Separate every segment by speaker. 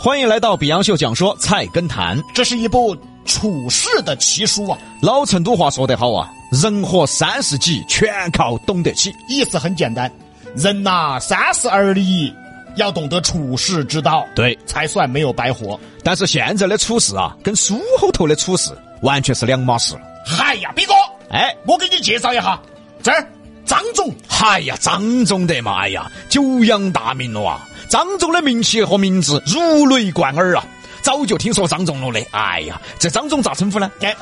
Speaker 1: 欢迎来到《比洋秀讲说菜根谭》。
Speaker 2: 这是一部处世的奇书啊，
Speaker 1: 老成都话说得好啊，人活三十几，全靠懂得起。
Speaker 2: 意思很简单，人呐、三十而立，要懂得处世之道，
Speaker 1: 对
Speaker 2: 才算没有白活。
Speaker 1: 但是现在的处事啊，跟书后头的处事完全是两码事。
Speaker 2: 嗨呀，斌哥，
Speaker 1: 哎，
Speaker 2: 我给你介绍一下，这儿张总，
Speaker 1: 嗨哎呀，张总得嘛，哎呀，久仰大名了啊！张总的名气和名字如雷贯耳啊，早就听说张总了的。哎呀，这张总咋称呼呢？
Speaker 2: 哎，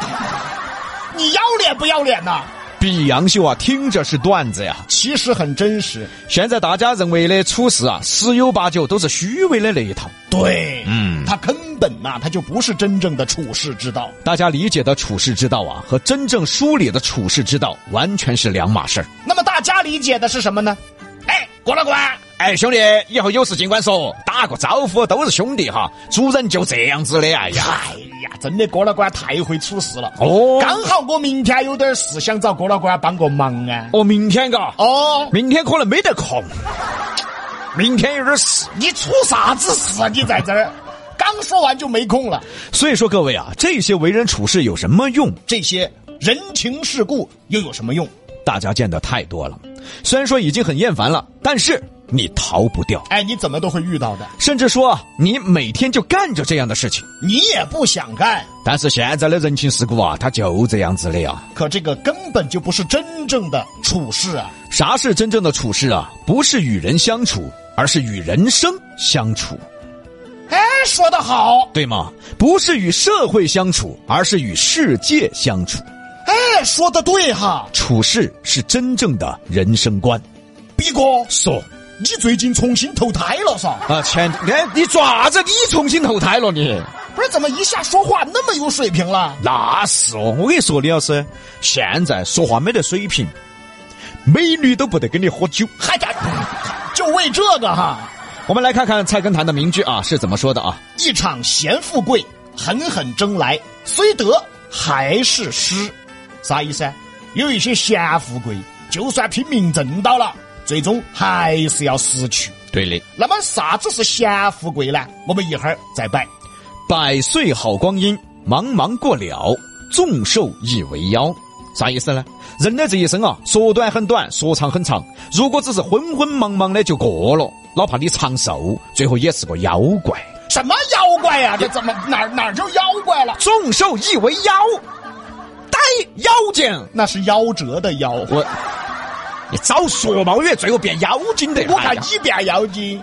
Speaker 2: 你要脸不要脸呐、
Speaker 1: 比洋秀啊，听着是段子呀。
Speaker 2: 其实很真实，
Speaker 1: 现在大家认为的处事啊，十有八九都是虚伪的那一套。
Speaker 2: 对，
Speaker 1: 嗯
Speaker 2: 他根本呐、他就不是真正的处世之道。
Speaker 1: 大家理解的处世之道啊，和真正书里的处世之道完全是两码事儿。
Speaker 2: 那么大家理解的是什么呢？哎，郭老官，
Speaker 1: 哎，兄弟，以后有事尽管说，哦打个招呼都是兄弟哈。主人就这样子的，哎呀，
Speaker 2: 哎呀，真的郭老官太会处事了。
Speaker 1: 哦
Speaker 2: 刚好我明天有点事，想找郭老官帮个忙啊。
Speaker 1: 哦，明天嘎，
Speaker 2: 哦，
Speaker 1: 明天可能没得空，明天有点事。
Speaker 2: 你出啥子事啊？你在这儿，刚说完就没空了。
Speaker 1: 所以说，各位啊，这些为人处事有什么用？
Speaker 2: 这些人情世故又有什么用？
Speaker 1: 大家见得太多了，虽然说已经很厌烦了，但是你逃不掉。
Speaker 2: 哎，你怎么都会遇到的，
Speaker 1: 甚至说啊，你每天就干着这样的事情。
Speaker 2: 你也不想干，
Speaker 1: 但是现在的人情世故啊，它就这样子的呀。
Speaker 2: 可这个根本就不是真正的处事啊！
Speaker 1: 啥是真正的处事啊？不是与人相处，而是与人生相处，
Speaker 2: 哎，说得好，
Speaker 1: 对吗？不是与社会相处，而是与世界相处。
Speaker 2: 哎，说得对哈，
Speaker 1: 处事是真正的人生观。
Speaker 2: 逼哥，
Speaker 1: 说
Speaker 2: 你最近重新投胎了噻？
Speaker 1: 啊，前哎，你爪子，你重新投胎了你？
Speaker 2: 不是，怎么一下说话那么有水平了？
Speaker 1: 那是哦，我跟你说，李老师，现在说话没得水平，美女都不得跟你喝酒。
Speaker 2: 还敢就为这个哈？
Speaker 1: 我们来看看菜根谭的名句啊是怎么说的啊？
Speaker 2: 一场闲富贵，狠狠争来，虽得还是失。啥意思啊？有一些闲富贵，就算拼命挣到了，最终还是要失去。
Speaker 1: 对的，
Speaker 2: 那么啥子是闲富贵呢？我们一会儿再摆。
Speaker 1: 百岁好光阴，茫茫过了，纵寿亦为妖。啥意思呢？人的这一生啊，说短很短，说长很长。如果只是昏昏茫茫的就过了，哪怕你长寿，最后也是个妖怪。
Speaker 2: 什么妖怪呀、这怎么哪儿哪儿就妖怪了？
Speaker 1: 纵寿亦为妖，逮妖精。
Speaker 2: 那是夭折的妖。
Speaker 1: 我，你早说嘛！我以为最后变妖精的。
Speaker 2: 我
Speaker 1: 哎
Speaker 2: 看
Speaker 1: 呀
Speaker 2: 一变妖精，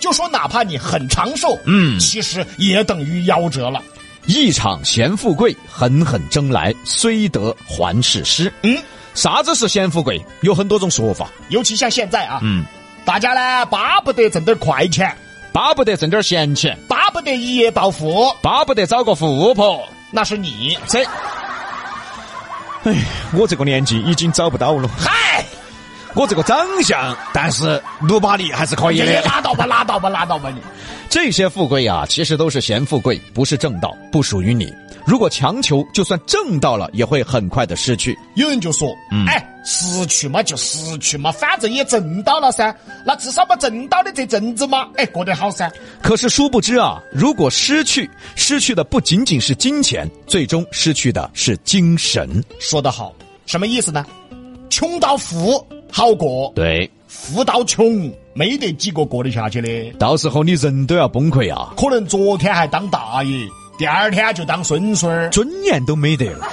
Speaker 2: 就说哪怕你很长寿，
Speaker 1: 嗯
Speaker 2: 其实也等于夭折了。
Speaker 1: 一场闲富贵，狠狠争来，虽得还是失。
Speaker 2: 嗯，
Speaker 1: 啥子是闲富贵？有很多种说法。
Speaker 2: 尤其像现在啊，
Speaker 1: 嗯，
Speaker 2: 大家呢巴不得挣点快钱，
Speaker 1: 巴不得挣点闲钱，
Speaker 2: 巴不得一夜暴富，
Speaker 1: 巴不得找个富婆。
Speaker 2: 那是你。
Speaker 1: 这，哎，我这个年纪已经找不到了。
Speaker 2: 嗨，
Speaker 1: 我这个长相，但是努把力还是可以
Speaker 2: 你
Speaker 1: 的。
Speaker 2: 拉倒吧，拉倒吧，拉倒吧你。
Speaker 1: 这些富贵啊，其实都是闲富贵，不是正道，不属于你。如果强求，就算挣到了，也会很快的失去。
Speaker 2: 有人就说，哎，失去嘛就失去嘛，反正也挣到了噻，那至少把挣到的这阵子嘛，哎，过得好噻。
Speaker 1: 可是殊不知啊，如果失去，失去的不仅仅是金钱，最终失去的是精神。
Speaker 2: 说得好，什么意思呢？穷到富好过，
Speaker 1: 对，
Speaker 2: 富到穷没得几个过得下去的。
Speaker 1: 到时候你人都要崩溃啊，
Speaker 2: 可能昨天还当大爷，第二天就当孙孙儿，
Speaker 1: 尊严都没得了。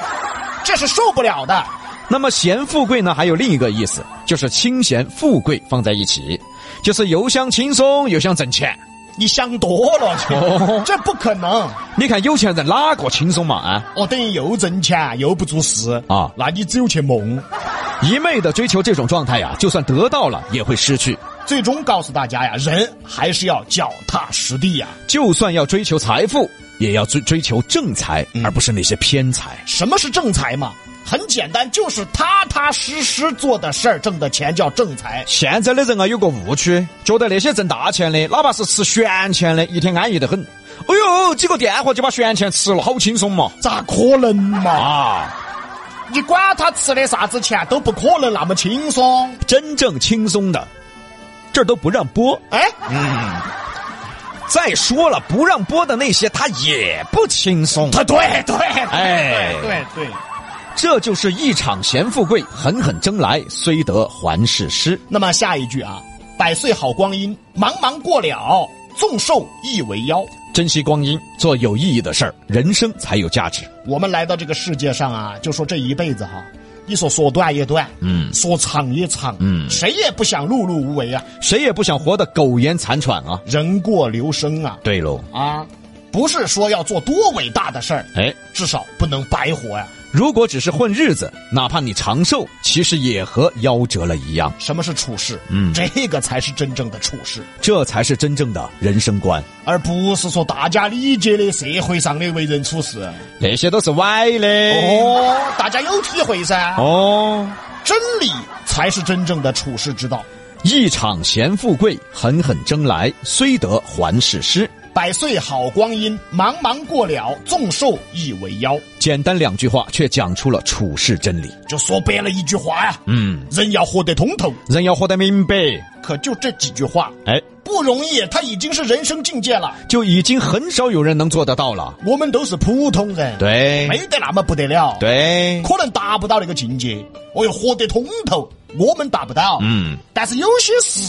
Speaker 2: 这是受不了的。
Speaker 1: 那么闲富贵呢，还有另一个意思，就是清闲富贵放在一起，就是又想轻松又想挣钱。
Speaker 2: 你想多了去，
Speaker 1: 哦
Speaker 2: 这不可能。
Speaker 1: 你看有钱人哪个轻松嘛啊？
Speaker 2: 哦，等于又挣钱又不做事
Speaker 1: 啊
Speaker 2: 那你只有去梦。
Speaker 1: 一昧的追求这种状态呀、就算得到了也会失去。
Speaker 2: 最终告诉大家呀，人还是要脚踏实地呀。
Speaker 1: 就算要追求财富，也要追追求正财，而不是那些偏财。
Speaker 2: 什么是正财嘛？很简单，就是踏踏实实做的事儿，挣的钱叫正财。
Speaker 1: 现在的人啊，有个误区，觉得那些挣大钱的，哪怕是吃闲钱的，一天安逸得很。哎呦，几个电话就把闲钱吃了，好轻松嘛！
Speaker 2: 咋可能嘛？
Speaker 1: 啊，
Speaker 2: 你管他吃的啥子钱，都不可能那么轻松。
Speaker 1: 真正轻松的，这儿都不让播。
Speaker 2: 哎，
Speaker 1: 再说了，不让播的那些他也不轻松。
Speaker 2: 他对对，
Speaker 1: 哎
Speaker 2: 对对对，
Speaker 1: 这就是一场闲富贵，狠狠争来，虽得还是失。
Speaker 2: 那么下一句啊，百岁好光阴，茫茫过了，纵兽亦为妖。
Speaker 1: 珍惜光阴，做有意义的事儿，人生才有价值。
Speaker 2: 我们来到这个世界上啊，就说这一辈子哈、你说说短也短，
Speaker 1: 嗯，
Speaker 2: 说长也长，
Speaker 1: 嗯
Speaker 2: 谁也不想碌碌无为啊，
Speaker 1: 谁也不想活得苟延残喘啊。
Speaker 2: 人过留声啊
Speaker 1: 对喽，
Speaker 2: 啊，不是说要做多伟大的事儿，
Speaker 1: 哎，
Speaker 2: 至少不能白活呀、
Speaker 1: 如果只是混日子，哪怕你长寿，其实也和夭折了一样。
Speaker 2: 什么是处世？
Speaker 1: 嗯
Speaker 2: 这个才是真正的处世，
Speaker 1: 这才是真正的人生观，
Speaker 2: 而不是说大家理解的社会上的为人处事。
Speaker 1: 那哎些都是歪的。
Speaker 2: 哦，大家有体会噻。
Speaker 1: 哎哦，
Speaker 2: 真理才是真正的处世之道。
Speaker 1: 一场闲富贵，狠狠争来，虽得还是失。
Speaker 2: 百岁好光阴，茫茫过了，纵兽亦为妖。
Speaker 1: 简单两句话，却讲出了处世真理。
Speaker 2: 就说白了一句话呀，
Speaker 1: 嗯，
Speaker 2: 人要活得通透。
Speaker 1: 人要活得明白，
Speaker 2: 可就这几句话
Speaker 1: 哎，
Speaker 2: 不容易，他已经是人生境界了。
Speaker 1: 就已经很少有人能做得到了。
Speaker 2: 我们都是普通人，，
Speaker 1: 对
Speaker 2: 没得那么不得了，，
Speaker 1: 对，
Speaker 2: 可能达不到那个境界。我又活得通透，我们达不到，，
Speaker 1: 嗯，
Speaker 2: 但是有些事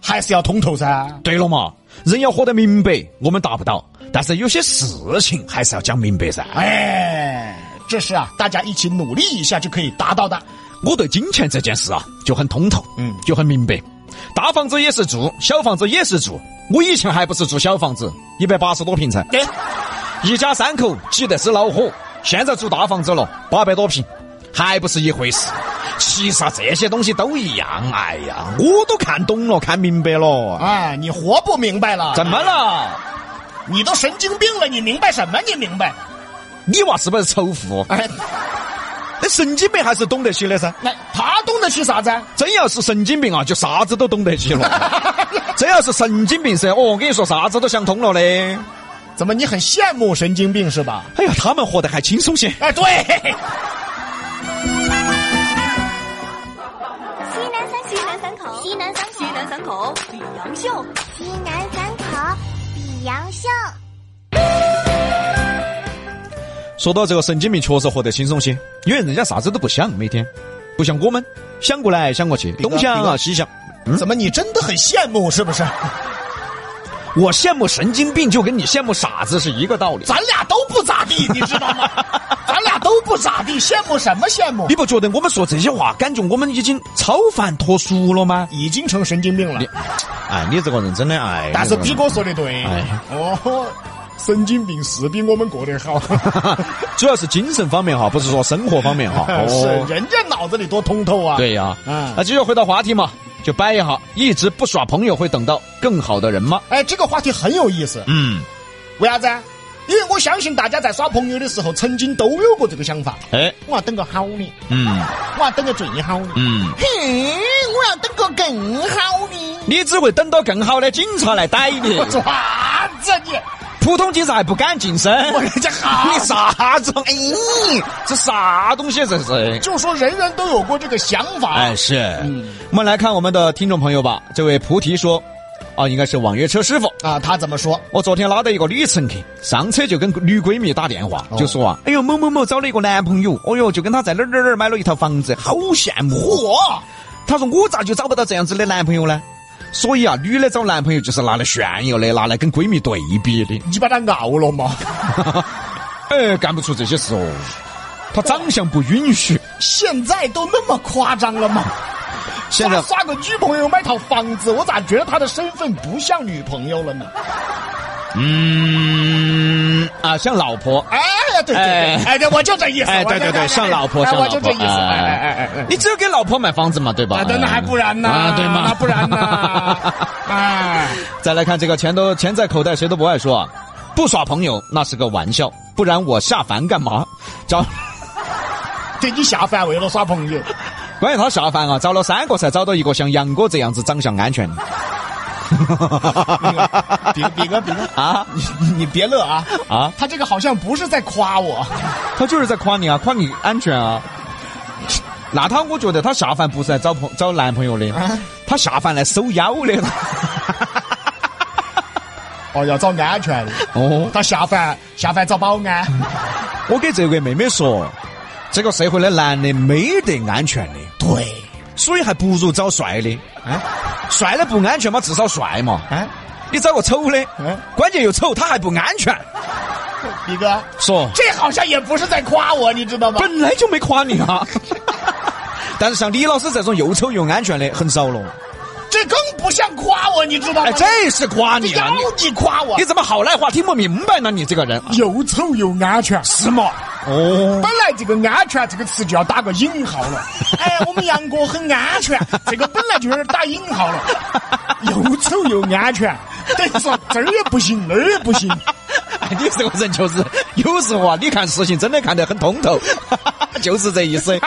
Speaker 2: 还是要通透噻。
Speaker 1: 对了嘛，人要活得明白，我们达不到，但是有些事情还是要讲明白噻。
Speaker 2: 哎，这是啊，大家一起努力一下就可以达到的。
Speaker 1: 我对金钱这件事啊，就很通透，
Speaker 2: 嗯
Speaker 1: 就很明白。大房子也是住，小房子也是住。我以前还不是住小房子，一百八十多平噻，
Speaker 2: 哎
Speaker 1: 一家三口挤得是恼火。现在住大房子了，八百多平，还不是一回事。其实啊，这些东西都一样。哎呀，我都看懂了，看明白了。
Speaker 2: 哎，你活不明白了？
Speaker 1: 怎么了？
Speaker 2: 你都神经病了，你明白什么？你明白？
Speaker 1: 你娃是不是仇富？
Speaker 2: 哎，
Speaker 1: 那神经病还是懂得起的噻。
Speaker 2: 那他懂得起啥子？
Speaker 1: 真要是神经病啊，就啥子都懂得 起了。真要是神经病噻，哦，我跟你说，啥子都想通了嘞。
Speaker 2: 怎么你很羡慕神经病是吧？
Speaker 1: 哎呀，他们活得还轻松些。
Speaker 2: 哎，对，
Speaker 3: 西南三西南三口，西南三口，西南三口，李阳秀。
Speaker 4: 西南三口比杨秀，
Speaker 1: 说到这个神经病，确实活得轻松些，因为人家啥子都不想，每天不像我们想过来想过去，
Speaker 2: 哥
Speaker 1: 东想啊西想。
Speaker 2: 怎么你真的很羡慕是不是？
Speaker 1: 我羡慕神经病，就跟你羡慕傻子是一个道理。
Speaker 2: 咱俩都不咋 地，你知道吗？咱俩都不咋地，羡慕什么羡慕？
Speaker 1: 你不觉得我们说这些话，感觉我们已经超凡脱俗了吗？
Speaker 2: 已经成神经病了
Speaker 1: 你，哎，你这个人真的哎，
Speaker 2: 但是逼哥说的对
Speaker 1: 哎，
Speaker 2: 哦，神经病是比我们过得 好，
Speaker 1: 主要是精神方面哈，不是说生活方面 哈。
Speaker 2: 是人家脑子里多通透啊。，
Speaker 1: 哦对呀，
Speaker 2: 嗯
Speaker 1: 那继续回到话题嘛，就掰一下，一直不耍朋友会等到更好的人吗？
Speaker 2: 哎，这个话题很有意思，
Speaker 1: 嗯，
Speaker 2: 为啥子啊？因为我相信大家在耍朋友的时候，曾经都有过这个想法。
Speaker 1: 哎，
Speaker 2: 我要等个好的，
Speaker 1: 嗯
Speaker 2: 我要等个最好的，
Speaker 1: 嗯，
Speaker 2: 嘿，我要等个更好的。
Speaker 1: 你只会等到更好的警察来逮你
Speaker 2: 我，做啥子啊你？
Speaker 1: 普通警察还不敢近身。
Speaker 2: 我人家 好
Speaker 1: 你，啥子？哎，这啥东西这是？
Speaker 2: 就说人人都有过这个想法。
Speaker 1: 哎，是。
Speaker 2: 哎嗯
Speaker 1: 我们来看我们的听众朋友吧，这位菩提说，啊，应该是网约车师傅。
Speaker 2: 啊，他怎么说？
Speaker 1: 我昨天拉到一个女乘客，上车就跟女闺蜜打电
Speaker 2: 哦
Speaker 1: 话，就说啊，哎呦某某某找了一个男朋友，哦哟，就跟他在哪儿哪儿哪儿买了一套房子，好羡慕。
Speaker 2: 哦
Speaker 1: 嚯！她说我咋就找不到这样子的男朋友呢？所以啊，女的找男朋友就是拿来炫耀的，拿来跟闺蜜对比的。
Speaker 2: 你把他熬了吗？
Speaker 1: 哎，干不出这些事哦，她长相不允许。
Speaker 2: 现在都那么夸张了吗？
Speaker 1: 现在
Speaker 2: 他耍个女朋友买套房子，我咋觉得他的身份不像女朋友了呢？
Speaker 1: 嗯啊，像老婆。
Speaker 2: 哎呀，对对对，
Speaker 1: 哎
Speaker 2: 哎，对，我就这意思。
Speaker 1: 哎，
Speaker 2: 我
Speaker 1: 对
Speaker 2: 就
Speaker 1: 对对，像老婆，
Speaker 2: 哎
Speaker 1: 像
Speaker 2: 我
Speaker 1: 老
Speaker 2: 就
Speaker 1: 婆。
Speaker 2: 这意思。哎哎哎哎哎。
Speaker 1: 你只有给老婆买房子嘛，对吧
Speaker 2: 啊，？那那还不然呢？
Speaker 1: 啊，对吗？
Speaker 2: 那不然呢？ 哎，
Speaker 1: 再来看这个钱都钱在口袋，谁都不爱说啊。不耍朋友那是个玩笑，不然我下凡干嘛？找
Speaker 2: 对你下凡为了耍朋友，
Speaker 1: 关于他下凡啊，找了三个才找到一个像杨哥这样子长相安全的
Speaker 2: 比比哥比哥，
Speaker 1: 啊
Speaker 2: 你你别乐啊！
Speaker 1: 啊！
Speaker 2: 他这个好像不是在夸我，
Speaker 1: 他就是在夸你啊，夸你安全啊。那他我觉得他下凡不是来找朋找男朋友的，他下凡来收妖的。
Speaker 2: 哦，要找安全的。
Speaker 1: 哦，
Speaker 2: 他下凡下凡找保安，
Speaker 1: 我给这位妹妹说，这个社会的男的没得安全的，
Speaker 2: 对，
Speaker 1: 所以还不如找帅的。
Speaker 2: 哎
Speaker 1: 帅的不安全嘛，至少帅嘛。
Speaker 2: 哎，
Speaker 1: 你找个丑的
Speaker 2: 嗯，
Speaker 1: 关键又丑，他还不安全。
Speaker 2: 李哥，
Speaker 1: 说
Speaker 2: 这好像也不是在夸我，你知道吗？
Speaker 1: 本来就没夸你啊。 但是像李老师这种又丑又安全的很少了。
Speaker 2: 这更不像夸我，你知道吗？
Speaker 1: 哎，这是夸你
Speaker 2: 要
Speaker 1: 了，你
Speaker 2: 你夸我
Speaker 1: 你，怎么好赖话听不明白呢？你这个人
Speaker 2: 又丑又安全。
Speaker 1: 是嘛？哦，
Speaker 2: 本来这个“安全”这个词就要打个引号了。 哎，我们杨哥很安全，这个本来就有点打引号 了。又丑又安全，等于说这儿也不行，那儿也不行。
Speaker 1: 哎你这个人就是有时候啊，你看事情真的看得很通透， 就是这意思。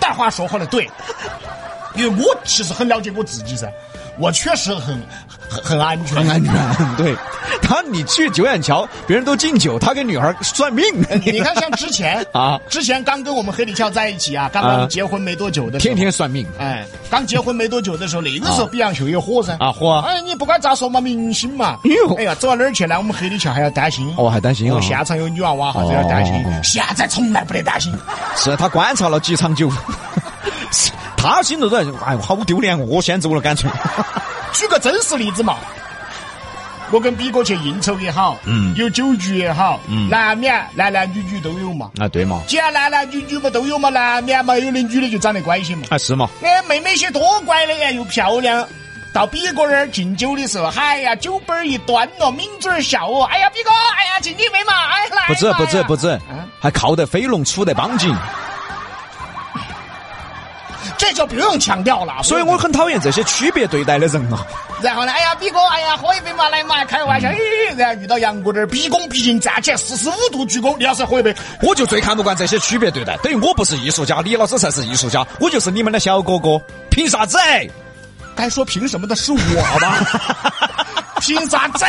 Speaker 2: 但话说回来，对，因为我其实很了解我自己噻，我确实很很很安全。
Speaker 1: 很安全，对他，你去九眼桥，别人都敬酒，他给女孩算命，
Speaker 2: 你看，像之前
Speaker 1: 啊
Speaker 2: 之前刚跟我们黑李俏在一起啊，刚刚结婚没多久的时候，
Speaker 1: 天天算命。
Speaker 2: 哎，刚结婚没多久的时候，那个时候比杨秀也火噻
Speaker 1: 啊火
Speaker 2: 哎，你不管咋说嘛，明星嘛
Speaker 1: 哎呦。
Speaker 2: 哎呀，走到哪儿去呢？我们黑李俏还要担心。
Speaker 1: 哦还担心啊
Speaker 2: 我现场有女娃娃哈，都要担心
Speaker 1: 哦哦哦。
Speaker 2: 现在从来不得担心。
Speaker 1: 是他观察了几场酒， 他心头都在，哎，好丢脸，我先走了，干脆。
Speaker 2: 举个真实例子嘛，我跟比哥去应酬也好，嗯，有酒局也好，嗯，难免男男女女都有嘛。
Speaker 1: 啊，对嘛，
Speaker 2: 既然男男女女嘛都有嘛，难免嘛有的女的就长得乖些嘛。
Speaker 1: 啊是嘛，
Speaker 2: 哎，妹妹些多乖的哎，又漂亮。到比哥那儿敬酒的时候，哎呀，酒杯儿一端了，抿嘴儿笑哦，哎呀，比哥，哎呀，敬你妹嘛，哎来嘛
Speaker 1: 不止不止
Speaker 2: 呀嗯
Speaker 1: 不止
Speaker 2: 啊，
Speaker 1: 还靠得飞龙杵得绑紧，
Speaker 2: 这就不用强调了。
Speaker 1: 所以我很讨厌这些区别对待的人啊。
Speaker 2: 然后呢，哎呀，比哥，哎呀，喝一杯嘛，来嘛，开个玩笑，哎然后遇到杨哥这儿，毕恭毕敬站起来，四十五度鞠躬，你要是喝一杯，
Speaker 1: 我就最看不惯这些区别对待，等于我不是艺术家，李老师才是艺术家，我就是你们的小哥哥，凭啥子？哎
Speaker 2: 该说凭什么的是我吧？凭啥子？